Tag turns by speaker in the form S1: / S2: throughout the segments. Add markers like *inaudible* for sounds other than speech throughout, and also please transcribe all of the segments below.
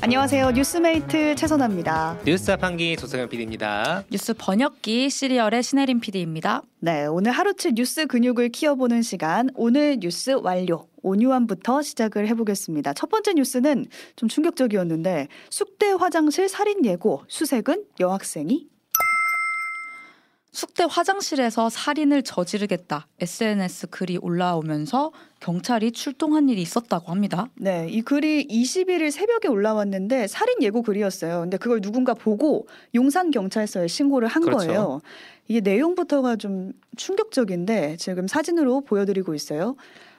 S1: 안녕하세요. 뉴스메이트 최선아입니다.
S2: 뉴스 자판기 조성현 PD입니다.
S3: 뉴스 번역기 시리얼의 신혜림 PD입니다.
S1: 네, 오늘 하루치 뉴스 근육을 키워보는 시간, 오늘 뉴스 완료. 온유함부터 시작을 해보겠습니다. 첫 번째 뉴스는 좀 충격적이었는데 숙대 화장실 살인 예고 수색은 여학생이
S3: 숙대 화장실에서 살인을 저지르겠다 SNS 글이 올라오면서 경찰이 출동한 일이 있었다고 합니다.
S1: 네, 이 글이 21일 새벽에 올라왔는데 살인 예고 글이었어요. 근데 그걸 누군가 보고 용산 경찰서에 신고를 한
S2: 그렇죠.
S1: 거예요. 이게 내용부터가 좀 충격적인데 지금 사진으로 보여드리고 있어요.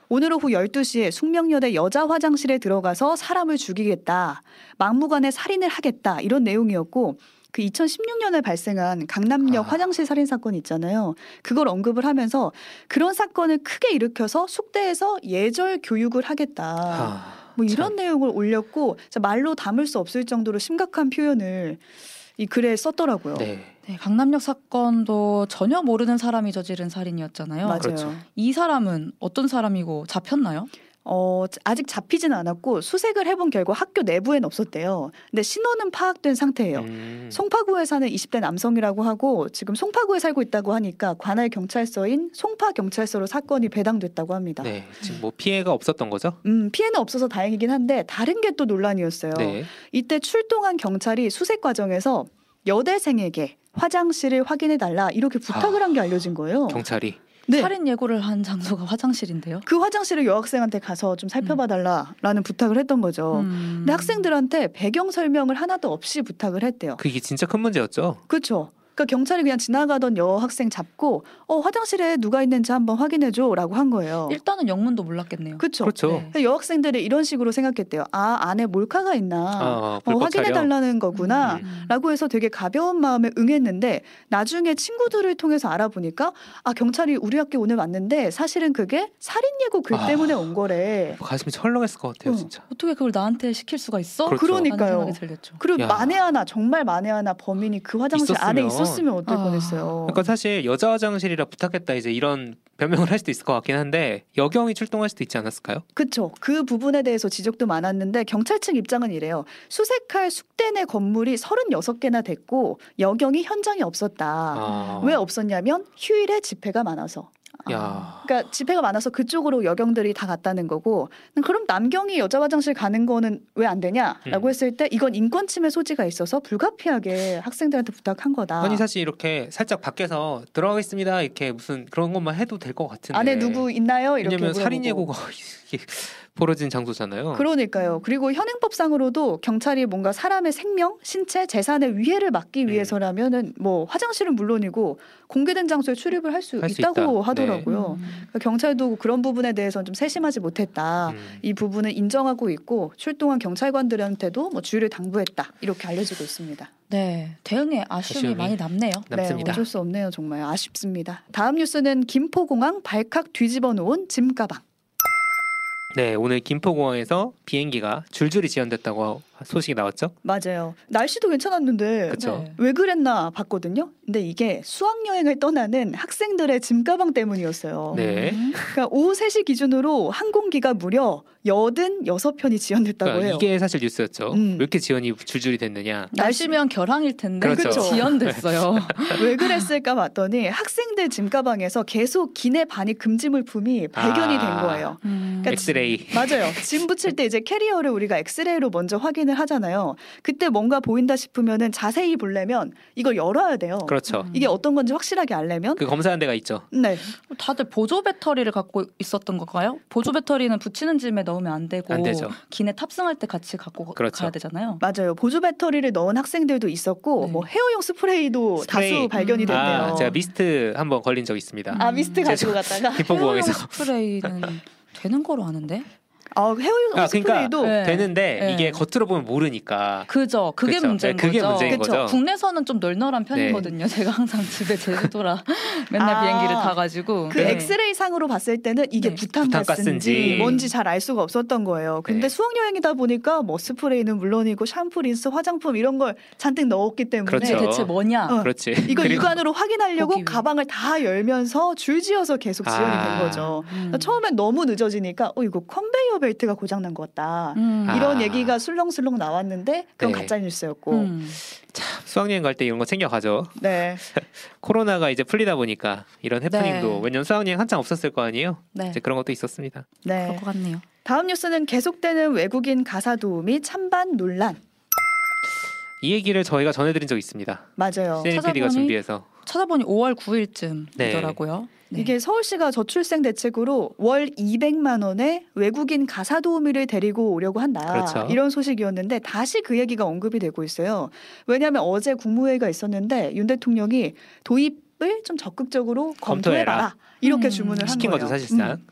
S1: 오늘 오후 12시에 숙명여대 여자 화장실에 들어가서 사람을 죽이겠다. 막무가내 살인을 하겠다. 이런 내용이었고 그 2016년에 발생한 강남역
S2: 아.
S1: 화장실 살인 사건 있잖아요. 그걸 언급을 하면서 그런 사건을 크게 일으켜서 숙대에서 예절 교육을 하겠다.
S2: 아,
S1: 뭐
S2: 참.
S1: 이런 내용을 올렸고 진짜 말로 담을 수 없을 정도로 심각한 표현을 이 글에 썼더라고요.
S2: 네.
S3: 네, 강남역 사건도 전혀 모르는 사람이 저지른 살인이었잖아요.
S1: 맞아요.
S2: 그렇죠.
S3: 이 사람은 어떤 사람이고 잡혔나요?
S1: 어, 아직 잡히진 않았고 수색을 해본 결과 학교 내부엔 없었대요. 근데 신원은 파악된 상태예요.
S2: 음.
S1: 송파구에 사는 20대 남성이라고 하고 지금 송파구에 살고 있다고 하니까 관할 경찰서인 송파 경찰서로 사건이 배당됐다고 합니다.
S2: 네. 지금 뭐 피해가 없었던 거죠?
S1: 음, 피해는 없어서 다행이긴 한데 다른 게 또 논란이었어요.
S2: 네.
S1: 이때 출동한 경찰이 수색 과정에서 여대생에게 화장실을 확인해 달라 이렇게 부탁을 한 게 알려진 거예요.
S2: 경찰이.
S1: 네.
S3: 살인 예고를 한 장소가 화장실인데요.
S1: 그 화장실을 여학생한테 가서 좀 살펴봐 달라라는 부탁을 했던 거죠.
S3: 음.
S1: 어, 근데 학생들한테 배경 설명을 하나도 없이 부탁을 했대요.
S2: 그게 진짜 큰 문제였죠.
S1: 그렇죠. 그러니까 경찰이 그냥 지나가던 여학생 잡고 어 화장실에 누가 있는지 한번 확인해 줘라고 한 거예요.
S3: 일단은 영문도 몰랐겠네요.
S1: 그렇죠.
S2: 그렇죠.
S3: 네.
S1: 여학생들이 이런 식으로 생각했대요. 아 안에 몰카가 있나.
S2: 아,
S1: 어,
S2: 불법
S1: 확인해
S2: 촬영.
S1: 달라는 거구나.
S3: 음.
S1: 라고 해서 되게 가벼운 마음에 응했는데 나중에 친구들을 통해서 알아보니까 아 경찰이 우리 학교 오늘 왔는데 사실은 그게 살인 예고 글
S2: 아.
S1: 때문에 온 거래.
S2: 뭐 가슴이 철렁했을 것 같아요,
S1: 어.
S2: 진짜.
S3: 어떻게 그걸 나한테 시킬 수가 있어?
S2: 그렇죠.
S1: 그러니까요.
S3: 하는 생각이 들렸죠.
S1: 그리고
S2: 야.
S1: 만에 하나 정말 만에 하나 범인이 그 화장실 안에
S2: 있었으면.
S1: 있었으면 어떨
S3: 아.
S1: 뻔했어요.
S2: 그러니까 사실 여자 화장실이라 부탁했다 이제 이런 변명을 할 수도 있을 것 같긴 한데 여경이 출동할 수도 있지 않았을까요?
S1: 그쵸. 그 부분에 대해서 지적도 많았는데 경찰측 입장은 이래요. 수색할 숙대 내 건물이 36개나 됐고 여경이 현장에 없었다.
S2: 아.
S1: 왜 없었냐면 휴일에 집회가 많아서.
S2: 야.
S1: 그러니까 집회가 많아서 그쪽으로 여경들이 다 갔다는 거고 음, 그럼 남경이 여자 화장실 가는 거는 왜 안 되냐라고
S2: 음.
S1: 했을 때 이건 인권 침해 소지가 있어서 불가피하게 학생들한테 부탁한 거다.
S2: 아니 사실 이렇게 살짝 밖에서 들어가겠습니다 이렇게 무슨 그런 것만 해도 될 것 같은데
S1: 안에 누구 있나요? 이렇게
S2: 왜냐면 살인
S1: 물어보고. 그렇죠.
S2: 예고가 *laughs* 음. 이게 벌어진 장소잖아요.
S1: 그러니까요. 그리고 현행법상으로도 경찰이 뭔가 사람의 생명, 신체, 재산의 위해를 막기
S2: 음.
S1: 위해서라면은 뭐 화장실은 물론이고 공개된 장소에 출입을 할 수
S2: 할수
S1: 있다고
S2: 있다. 네.
S1: 하더라고요.
S3: 음.
S1: 그러니까 경찰도 그런 부분에 대해서는 좀 세심하지 못했다.
S2: 음.
S1: 이 부분은 인정하고 있고 출동한 경찰관들한테도 뭐 주의를 당부했다 이렇게 알려지고 있습니다.
S3: 네, 대응에 아쉬움이,
S2: 아쉬움이.
S3: 많이 남네요.
S1: 네,
S2: 남습니다.
S1: 어쩔 수 없네요 정말 아쉽습니다. 다음 뉴스는 김포공항 발칵 뒤집어 놓은 짐 가방.
S2: 네, 오늘 김포공항에서 비행기가 줄줄이 지연됐다고 소식이 나왔죠.
S1: 맞아요. 날씨도 괜찮았는데
S2: 그쵸.
S3: 네.
S1: 왜 그랬나 봤거든요. 근데 이게 수학 여행을 떠나는 학생들의 짐 가방 때문이었어요.
S2: 네.
S3: 음.
S1: 그러니까 오후 3시 기준으로 항공기가 무려 86편이 지연됐다고
S2: 그러니까
S1: 해요.
S2: 이게 사실 뉴스였죠.
S1: 음.
S2: 왜 이렇게 지연이 줄줄이 됐느냐.
S3: 날씨면 결항일 텐데
S2: 그렇죠. 네.
S3: 그쵸?
S2: *laughs*
S3: 지연됐어요.
S1: 왜 그랬을까 봤더니 학생들 짐 가방에서 계속 기내 반입 금지 물품이 발견이 된
S2: 아.
S1: 거예요.
S3: 음.
S1: 그러니까
S2: 엑스레이.
S1: 맞아요. 짐 붙일 때 이제 캐리어를 우리가 엑스레이로 먼저 확인을 하잖아요. 그때 뭔가 보인다 싶으면은 자세히 보려면 이걸 열어야 돼요.
S2: 그렇죠.
S1: 이게 어떤 건지 확실하게 알려면
S2: 그 검사한 데가 있죠.
S1: 네.
S3: 다들 보조 배터리를 갖고 있었던 건가요? 보조 배터리는 붙이는 짐에 넣으면 안 되고
S2: 안 되죠.
S3: 기내 탑승할 때 같이 갖고
S2: 그렇죠.
S3: 가야 되잖아요.
S1: 맞아요. 보조 배터리를 넣은 학생들도 있었고
S3: 네.
S1: 뭐 헤어용 스프레이도
S2: 스프레이.
S1: 다수 발견이
S3: 음.
S1: 됐네요.
S2: 아, 제가 미스트 한번 걸린 적 있습니다.
S1: 아, 미스트 가지고 갔다가
S2: 김포공항에서
S3: 헤어용 *laughs* 스프레이는 되는 거로 아는데.
S1: *laughs* 아, 헤어용
S2: 아, 그러니까
S1: 스프레이도
S3: 네.
S2: 되는데
S3: 네.
S2: 이게 겉으로 보면 모르니까.
S3: 그죠. 그게
S2: 그쵸.
S3: 문제인
S2: 네, 그게
S3: 거죠.
S2: 문제인
S1: 그쵸.
S2: 거죠. 네.
S3: 국내에서는 좀 널널한 편이거든요. *laughs* 제가 항상 집에 제주도라 *laughs* 맨날
S1: 아,
S3: 비행기를 타가지고.
S1: 그
S2: 네.
S1: 엑스레이 상으로 봤을 때는 이게
S3: 네.
S1: 부탄가스인지
S2: 부탄가스인지.
S1: 뭔지 잘 알 수가 없었던 거예요. 근데
S2: 네.
S1: 수학 여행이다 보니까 뭐 스프레이는 물론이고 샴푸, 린스, 화장품 이런 걸 잔뜩 넣었기 때문에
S3: 이게
S2: 그렇죠.
S3: 대체 뭐냐?
S1: 어.
S2: 그렇지.
S1: 이거
S2: 그리고-
S1: 육안으로 확인하려고
S3: 보기 위해.
S1: 가방을 다 열면서 줄지어서 계속 지연이
S2: 아.
S1: 된 거죠. 그러니까
S3: 음.
S1: 처음엔 너무 늦어지니까 어 이거 컨베이어 벨트가 고장난 것 같다.
S3: 음.
S2: 아.
S1: 이런 얘기가 술렁술렁 나왔는데 그건
S2: 네.
S1: 가짜 뉴스였고.
S3: 음.
S2: 수학여행 갈 때 이런 거 챙겨가죠.
S1: 네.
S2: 코로나가 이제 풀리다 보니까 이런 해프닝도
S3: 네.
S2: 왜냐면 수학여행 한창 없었을 거 아니에요.
S3: 네.
S2: 이제 그런 것도 있었습니다.
S1: 네.
S3: 그럴 것 같네요.
S1: 다음 뉴스는 계속되는 외국인 가사 도우미 찬반 논란.
S2: 이 얘기를 저희가 전해드린 적 있습니다.
S1: 맞아요.
S2: c n p d 가
S3: 찾아보니-
S2: 준비해서
S3: 찾아보니 5월 9일쯤이더라고요.
S1: 네.
S2: 네.
S3: 네.
S1: 이게 서울시가 저출생 대책으로 월 200만 원에 외국인 가사 도우미를 데리고 오려고 한다.
S2: 그렇죠.
S1: 이런 소식이었는데 다시 그 얘기가 언급이 되고 있어요. 왜냐하면 어제 국무회의가 있었는데 윤 대통령이 도입을 좀 적극적으로 검토해봐라
S2: 검토해라.
S1: 이렇게
S3: 음.
S1: 주문을 한
S2: 시킨
S1: 거예요.
S2: 거죠 사실상.
S1: 음.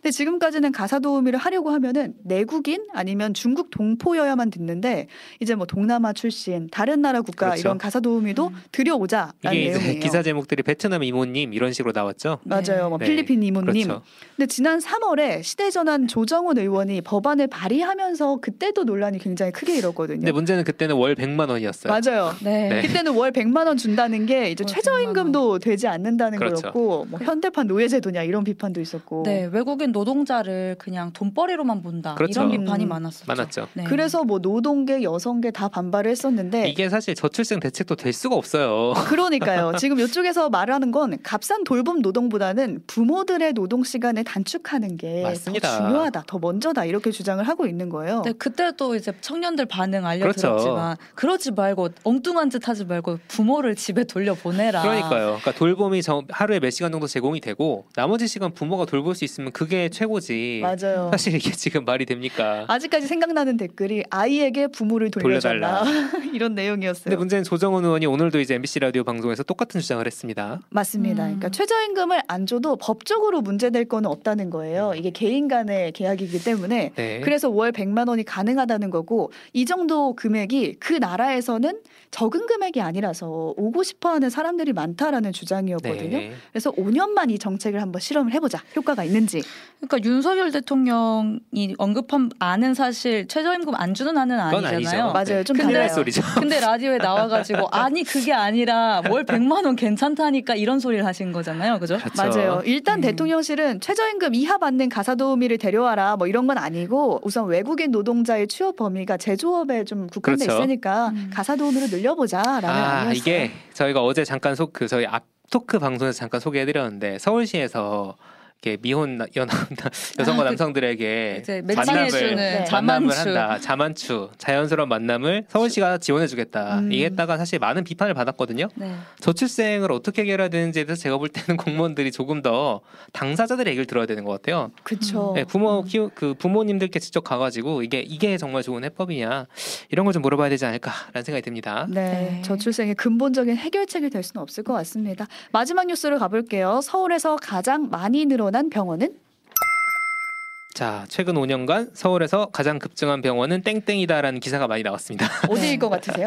S1: 근데 지금까지는 가사 도우미를 하려고 하면은 내국인 아니면 중국 동포여야만 듣는데 이제 뭐 동남아 출신 다른 나라 국가
S2: 그렇죠.
S1: 이런 가사 도우미도
S3: 음.
S1: 들여오자라는
S2: 이게
S1: 내용이에요.
S2: 이제 기사 제목들이 베트남 이모님 이런 식으로 나왔죠.
S1: 맞아요. 뭐
S2: 네.
S1: 필리핀 이모님.
S2: 그렇죠.
S1: 근데 지난 3월에 시대전환 조정훈 의원이 법안을 발의하면서 그때도 논란이 굉장히 크게 일었거든요.
S2: 근데 문제는 그때는 월 100만 원이었어요.
S1: 네. 맞아요.
S3: 네.
S2: 네.
S1: 그때는 월 100만 원 준다는 게 이제
S3: 월
S1: 최저임금도 되지 않는다는
S2: 그렇죠.
S1: 거였고 뭐 현대판 노예제도냐 이런 비판도 있었고
S3: 네, 외국인 노동자를 그냥 돈벌이로만 본다
S2: 그렇죠.
S3: 이런 비판이
S1: 음,
S3: 많았었죠.
S2: 많았죠.
S3: 네.
S1: 그래서 뭐 노동계, 여성계 다 반발을 했었는데 아,
S2: 이게 사실 저출생 대책도 될 수가 없어요.
S1: 그러니까요. 지금 이쪽에서 말하는 건 값싼 돌봄 노동보다는 부모들의 노동 시간을 단축하는 게 더
S2: 맞습니다.
S1: 중요하다, 더 먼저다 이렇게 주장을 하고 있는 거예요.
S3: 네, 그때도 이제 청년들 반응
S2: 그렇죠.
S3: 알려드렸지만 그러지 말고 엉뚱한 짓 하지 말고 부모를 집에 돌려보내라.
S2: *laughs* 그러니까요. 그러니까 돌봄이 저- 하루에 몇 시간 정도 제공이 되고 나머지 시간 부모가 돌볼 수 있으면 그게 최고지.
S1: 맞아요.
S2: 사실 이게 지금 말이 됩니까?
S1: 아직까지 생각나는 댓글이 아이에게 부모를 돌려달라, *laughs* 이런 내용이었어요.
S2: 근데 문제는 조정원 의원이 오늘도 이제 MBC 라디오 방송에서 똑같은 주장을 했습니다.
S1: 맞습니다.
S3: 음.
S1: 그러니까 최저임금을 안 줘도 법적으로 문제될 건 없다는 거예요. 이게 개인 간의 계약이기 때문에
S2: 음. 네.
S1: 그래서 월 100만 원이 가능하다는 거고 이 정도 금액이 그 나라에서는 적은 금액이 아니라서 오고 싶어 하는 사람들이 많다라는 주장이었거든요.
S2: 네.
S1: 그래서 5년만 이 정책을 한번 실험을 해 보자. 효과가 있는지.
S3: 그러니까 윤석열 대통령이 언급한 안은 사실 최저임금 안 주는 안은
S2: 그건
S3: 아니잖아요.
S2: 아니죠.
S1: 맞아요. 좀
S2: 어, 네. 큰일 날
S1: 달라요.
S2: 소리죠.
S3: 근데 라디오에 나와가지고 아니 그게 아니라 월 100만 원 괜찮다니까 이런 소리를 하신 거잖아요, 그죠?
S2: 그렇죠.
S1: 맞아요. 일단
S3: 음.
S1: 대통령실은 최저임금 이하 받는 가사 도우미를 데려와라 뭐 이런 건 아니고 우선 외국인 노동자의 취업 범위가 제조업에 좀 국한돼
S2: 그렇죠.
S1: 있으니까
S3: 음.
S1: 가사 도우미를 늘려보자라는
S2: 아
S1: 아니었어요.
S2: 이게 저희가 어제 잠깐 소, 그 저희 앞 토크 방송에서 잠깐 소개해드렸는데 서울시에서 이렇게 미혼 나- 연하 여성과
S3: 아, 그-
S2: 남성들에게
S3: 이제
S2: 예. 만남을-
S3: 매칭해주는
S1: 네.
S2: 만남을
S3: 자만추.
S2: 한다 자만추 자연스러운 만남을 서울시가 지원해주겠다
S1: 음.
S2: 이했다가 사실 많은 비판을 받았거든요
S3: 네.
S2: 저출생을 어떻게 해결해야 되는지에 대해서 제가 볼 때는 *laughs* 공무원들이 조금 더 당사자들의 얘기를 들어야 되는 것 같아요
S1: 그쵸.
S2: 네, 부모 키우 그 부모님들께 직접 가가지고 이게 이게 정말 좋은 해법이냐 이런 걸 좀 물어봐야 되지 않을까라는 생각이 듭니다
S1: 네,
S3: 네.
S1: 저출생의 근본적인 해결책이 될 수는 없을 것 같습니다. 마지막 뉴스로 가볼게요. 서울에서 가장 많이 늘어난 병원은
S2: 자, 최근 5년간 서울에서 가장 급증한 병원은 땡땡이다라는 기사가 많이 나왔습니다.
S1: 어디일 것 같으세요?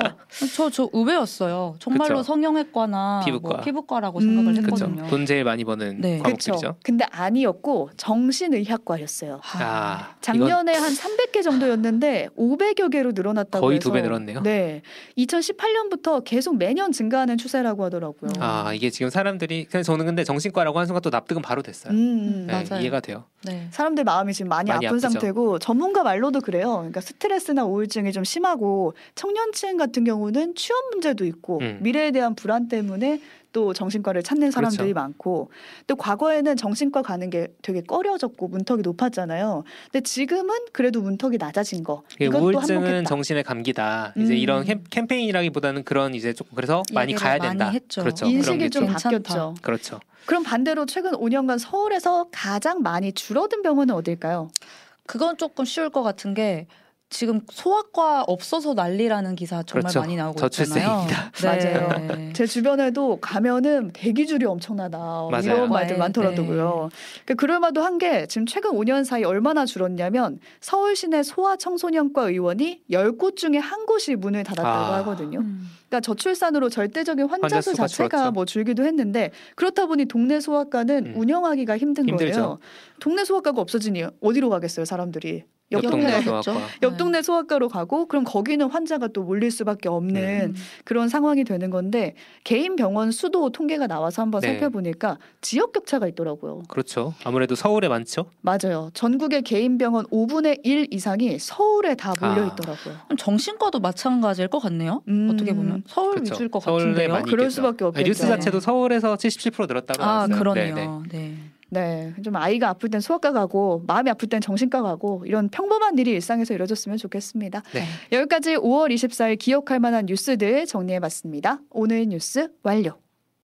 S3: 저, 저 의외였어요. 정말로
S2: 그쵸.
S3: 성형외과나
S2: 피부과.
S3: 뭐 피부과라고
S1: 음,
S3: 생각을
S1: 그쵸.
S2: 그렇죠.
S3: 했거든요.
S2: 돈 제일 많이 버는
S3: 네.
S1: 그쵸.
S2: *laughs* 과목들이죠.
S1: 근데 아니었고 정신의학과였어요.
S2: 아, 이건
S1: 작년에 한 300개 정도였는데 500여 개로 늘어났다고
S2: 거의
S1: 해서
S2: 두배 늘었네요.
S1: 네. 2018년부터 계속 매년 증가하는 추세라고 하더라고요.
S2: 아, 이게 지금 사람들이 그래서 저는 근데 정신과라고 한 순간 또 납득은 바로 됐어요.
S1: 음.
S2: 네,
S3: 맞아요.
S2: 이해가 돼요.
S3: 네.
S1: 사람들 마음이 지금 많이,
S2: 많이
S1: 아픈
S2: 아프죠.
S1: 상태고 전문가 말로도 그래요. 그러니까 스트레스나 우울증이 좀 심하고 청년층 같은 경우는 취업 문제도 있고
S2: 음.
S1: 미래에 대한 불안 때문에 또 정신과를 찾는 사람들이
S2: 그렇죠.
S1: 많고 또 과거에는 정신과 가는 게 되게 꺼려졌고 문턱이 높았잖아요. 근데 지금은 그래도 문턱이 낮아진 거.
S2: 이게
S1: 이것도 그
S2: 우울증은
S1: 한몫했다.
S2: 정신의 감기다. 이제
S1: 음.
S2: 이런 캠, 캠페인이라기보다는 그런 이제 조금 그래서 많이
S3: 이야기를
S2: 가야
S3: 많이
S2: 된다.
S3: 했죠.
S2: 그렇죠. 그런 게
S1: 인식이 좀
S2: 좀-
S3: 괜찮다.
S1: 바뀌었죠.
S2: 그렇죠.
S1: 그럼 반대로 최근 5년간 서울에서 가장 많이 줄어든 병원은 어딜까요?
S3: 그건 조금 쉬울 것 같은 게 지금 소아과 없어서 난리라는 기사 정말
S2: 그렇죠.
S3: 많이 나오고
S2: *laughs* 저출생입니다.
S3: 있잖아요.
S1: 맞아요.
S3: 네.
S1: 제 주변에도 가면은 대기줄이 엄청나다 뭐
S2: 맞아요. 네.
S1: 이런 말들 많더라고요. 그러니까 그럴만도 한 게 지금 최근 5년 사이 얼마나 줄었냐면 서울 시내 소아 청소년과 의원이 10곳 중에 한 곳이 문을 닫았다고
S2: 아.
S1: 하거든요.
S3: 음.
S1: 그러니까 저출산으로 절대적인 환자
S2: 환자
S1: 수
S2: 수가
S1: 자체가
S2: 줄었죠.
S1: 뭐 줄기도 했는데 그렇다 보니 동네 소아과는
S2: 음.
S1: 운영하기가 힘든
S2: 힘들죠.
S1: 거예요. 동네 소아과가 없어지니 어디로 가겠어요 사람들이? 옆
S4: 옆동네
S1: 동네
S4: 소아과.
S1: 옆 동네 소아과로 가고 그럼 거기는 환자가 또 몰릴 수밖에 없는
S2: 네.
S3: 음.
S1: 그런 상황이 되는 건데 개인 병원 수도 통계가 나와서 한번
S2: 네.
S1: 살펴보니까 지역 격차가 있더라고요.
S2: 그렇죠. 아무래도 서울에 많죠.
S1: 맞아요. 전국의 개인 병원 5분의 1 이상이 서울에 다 몰려
S2: 아.
S1: 있더라고요.
S3: 그럼 정신과도 마찬가지일 것 같네요.
S1: 음,
S3: 어떻게 보면 서울
S2: 그렇죠.
S3: 위주일 것
S2: 서울에
S3: 같은데요.
S2: 많이
S1: 그럴
S2: 있겠죠.
S1: 수밖에
S2: 아,
S1: 없겠죠.
S2: 뉴스 자체도 서울에서 77% 늘었다고
S3: 아
S2: 나왔어요.
S3: 그러네요. 네.
S1: 네, 좀 아이가 아플 땐 소아과 가고 마음이 아플 땐 정신과 가고 이런 평범한 일이 일상에서 이루어졌으면 좋겠습니다.
S2: 네.
S1: 여기까지 5월 24일 기억할 만한 뉴스들 정리해봤습니다. 오늘 뉴스 완료.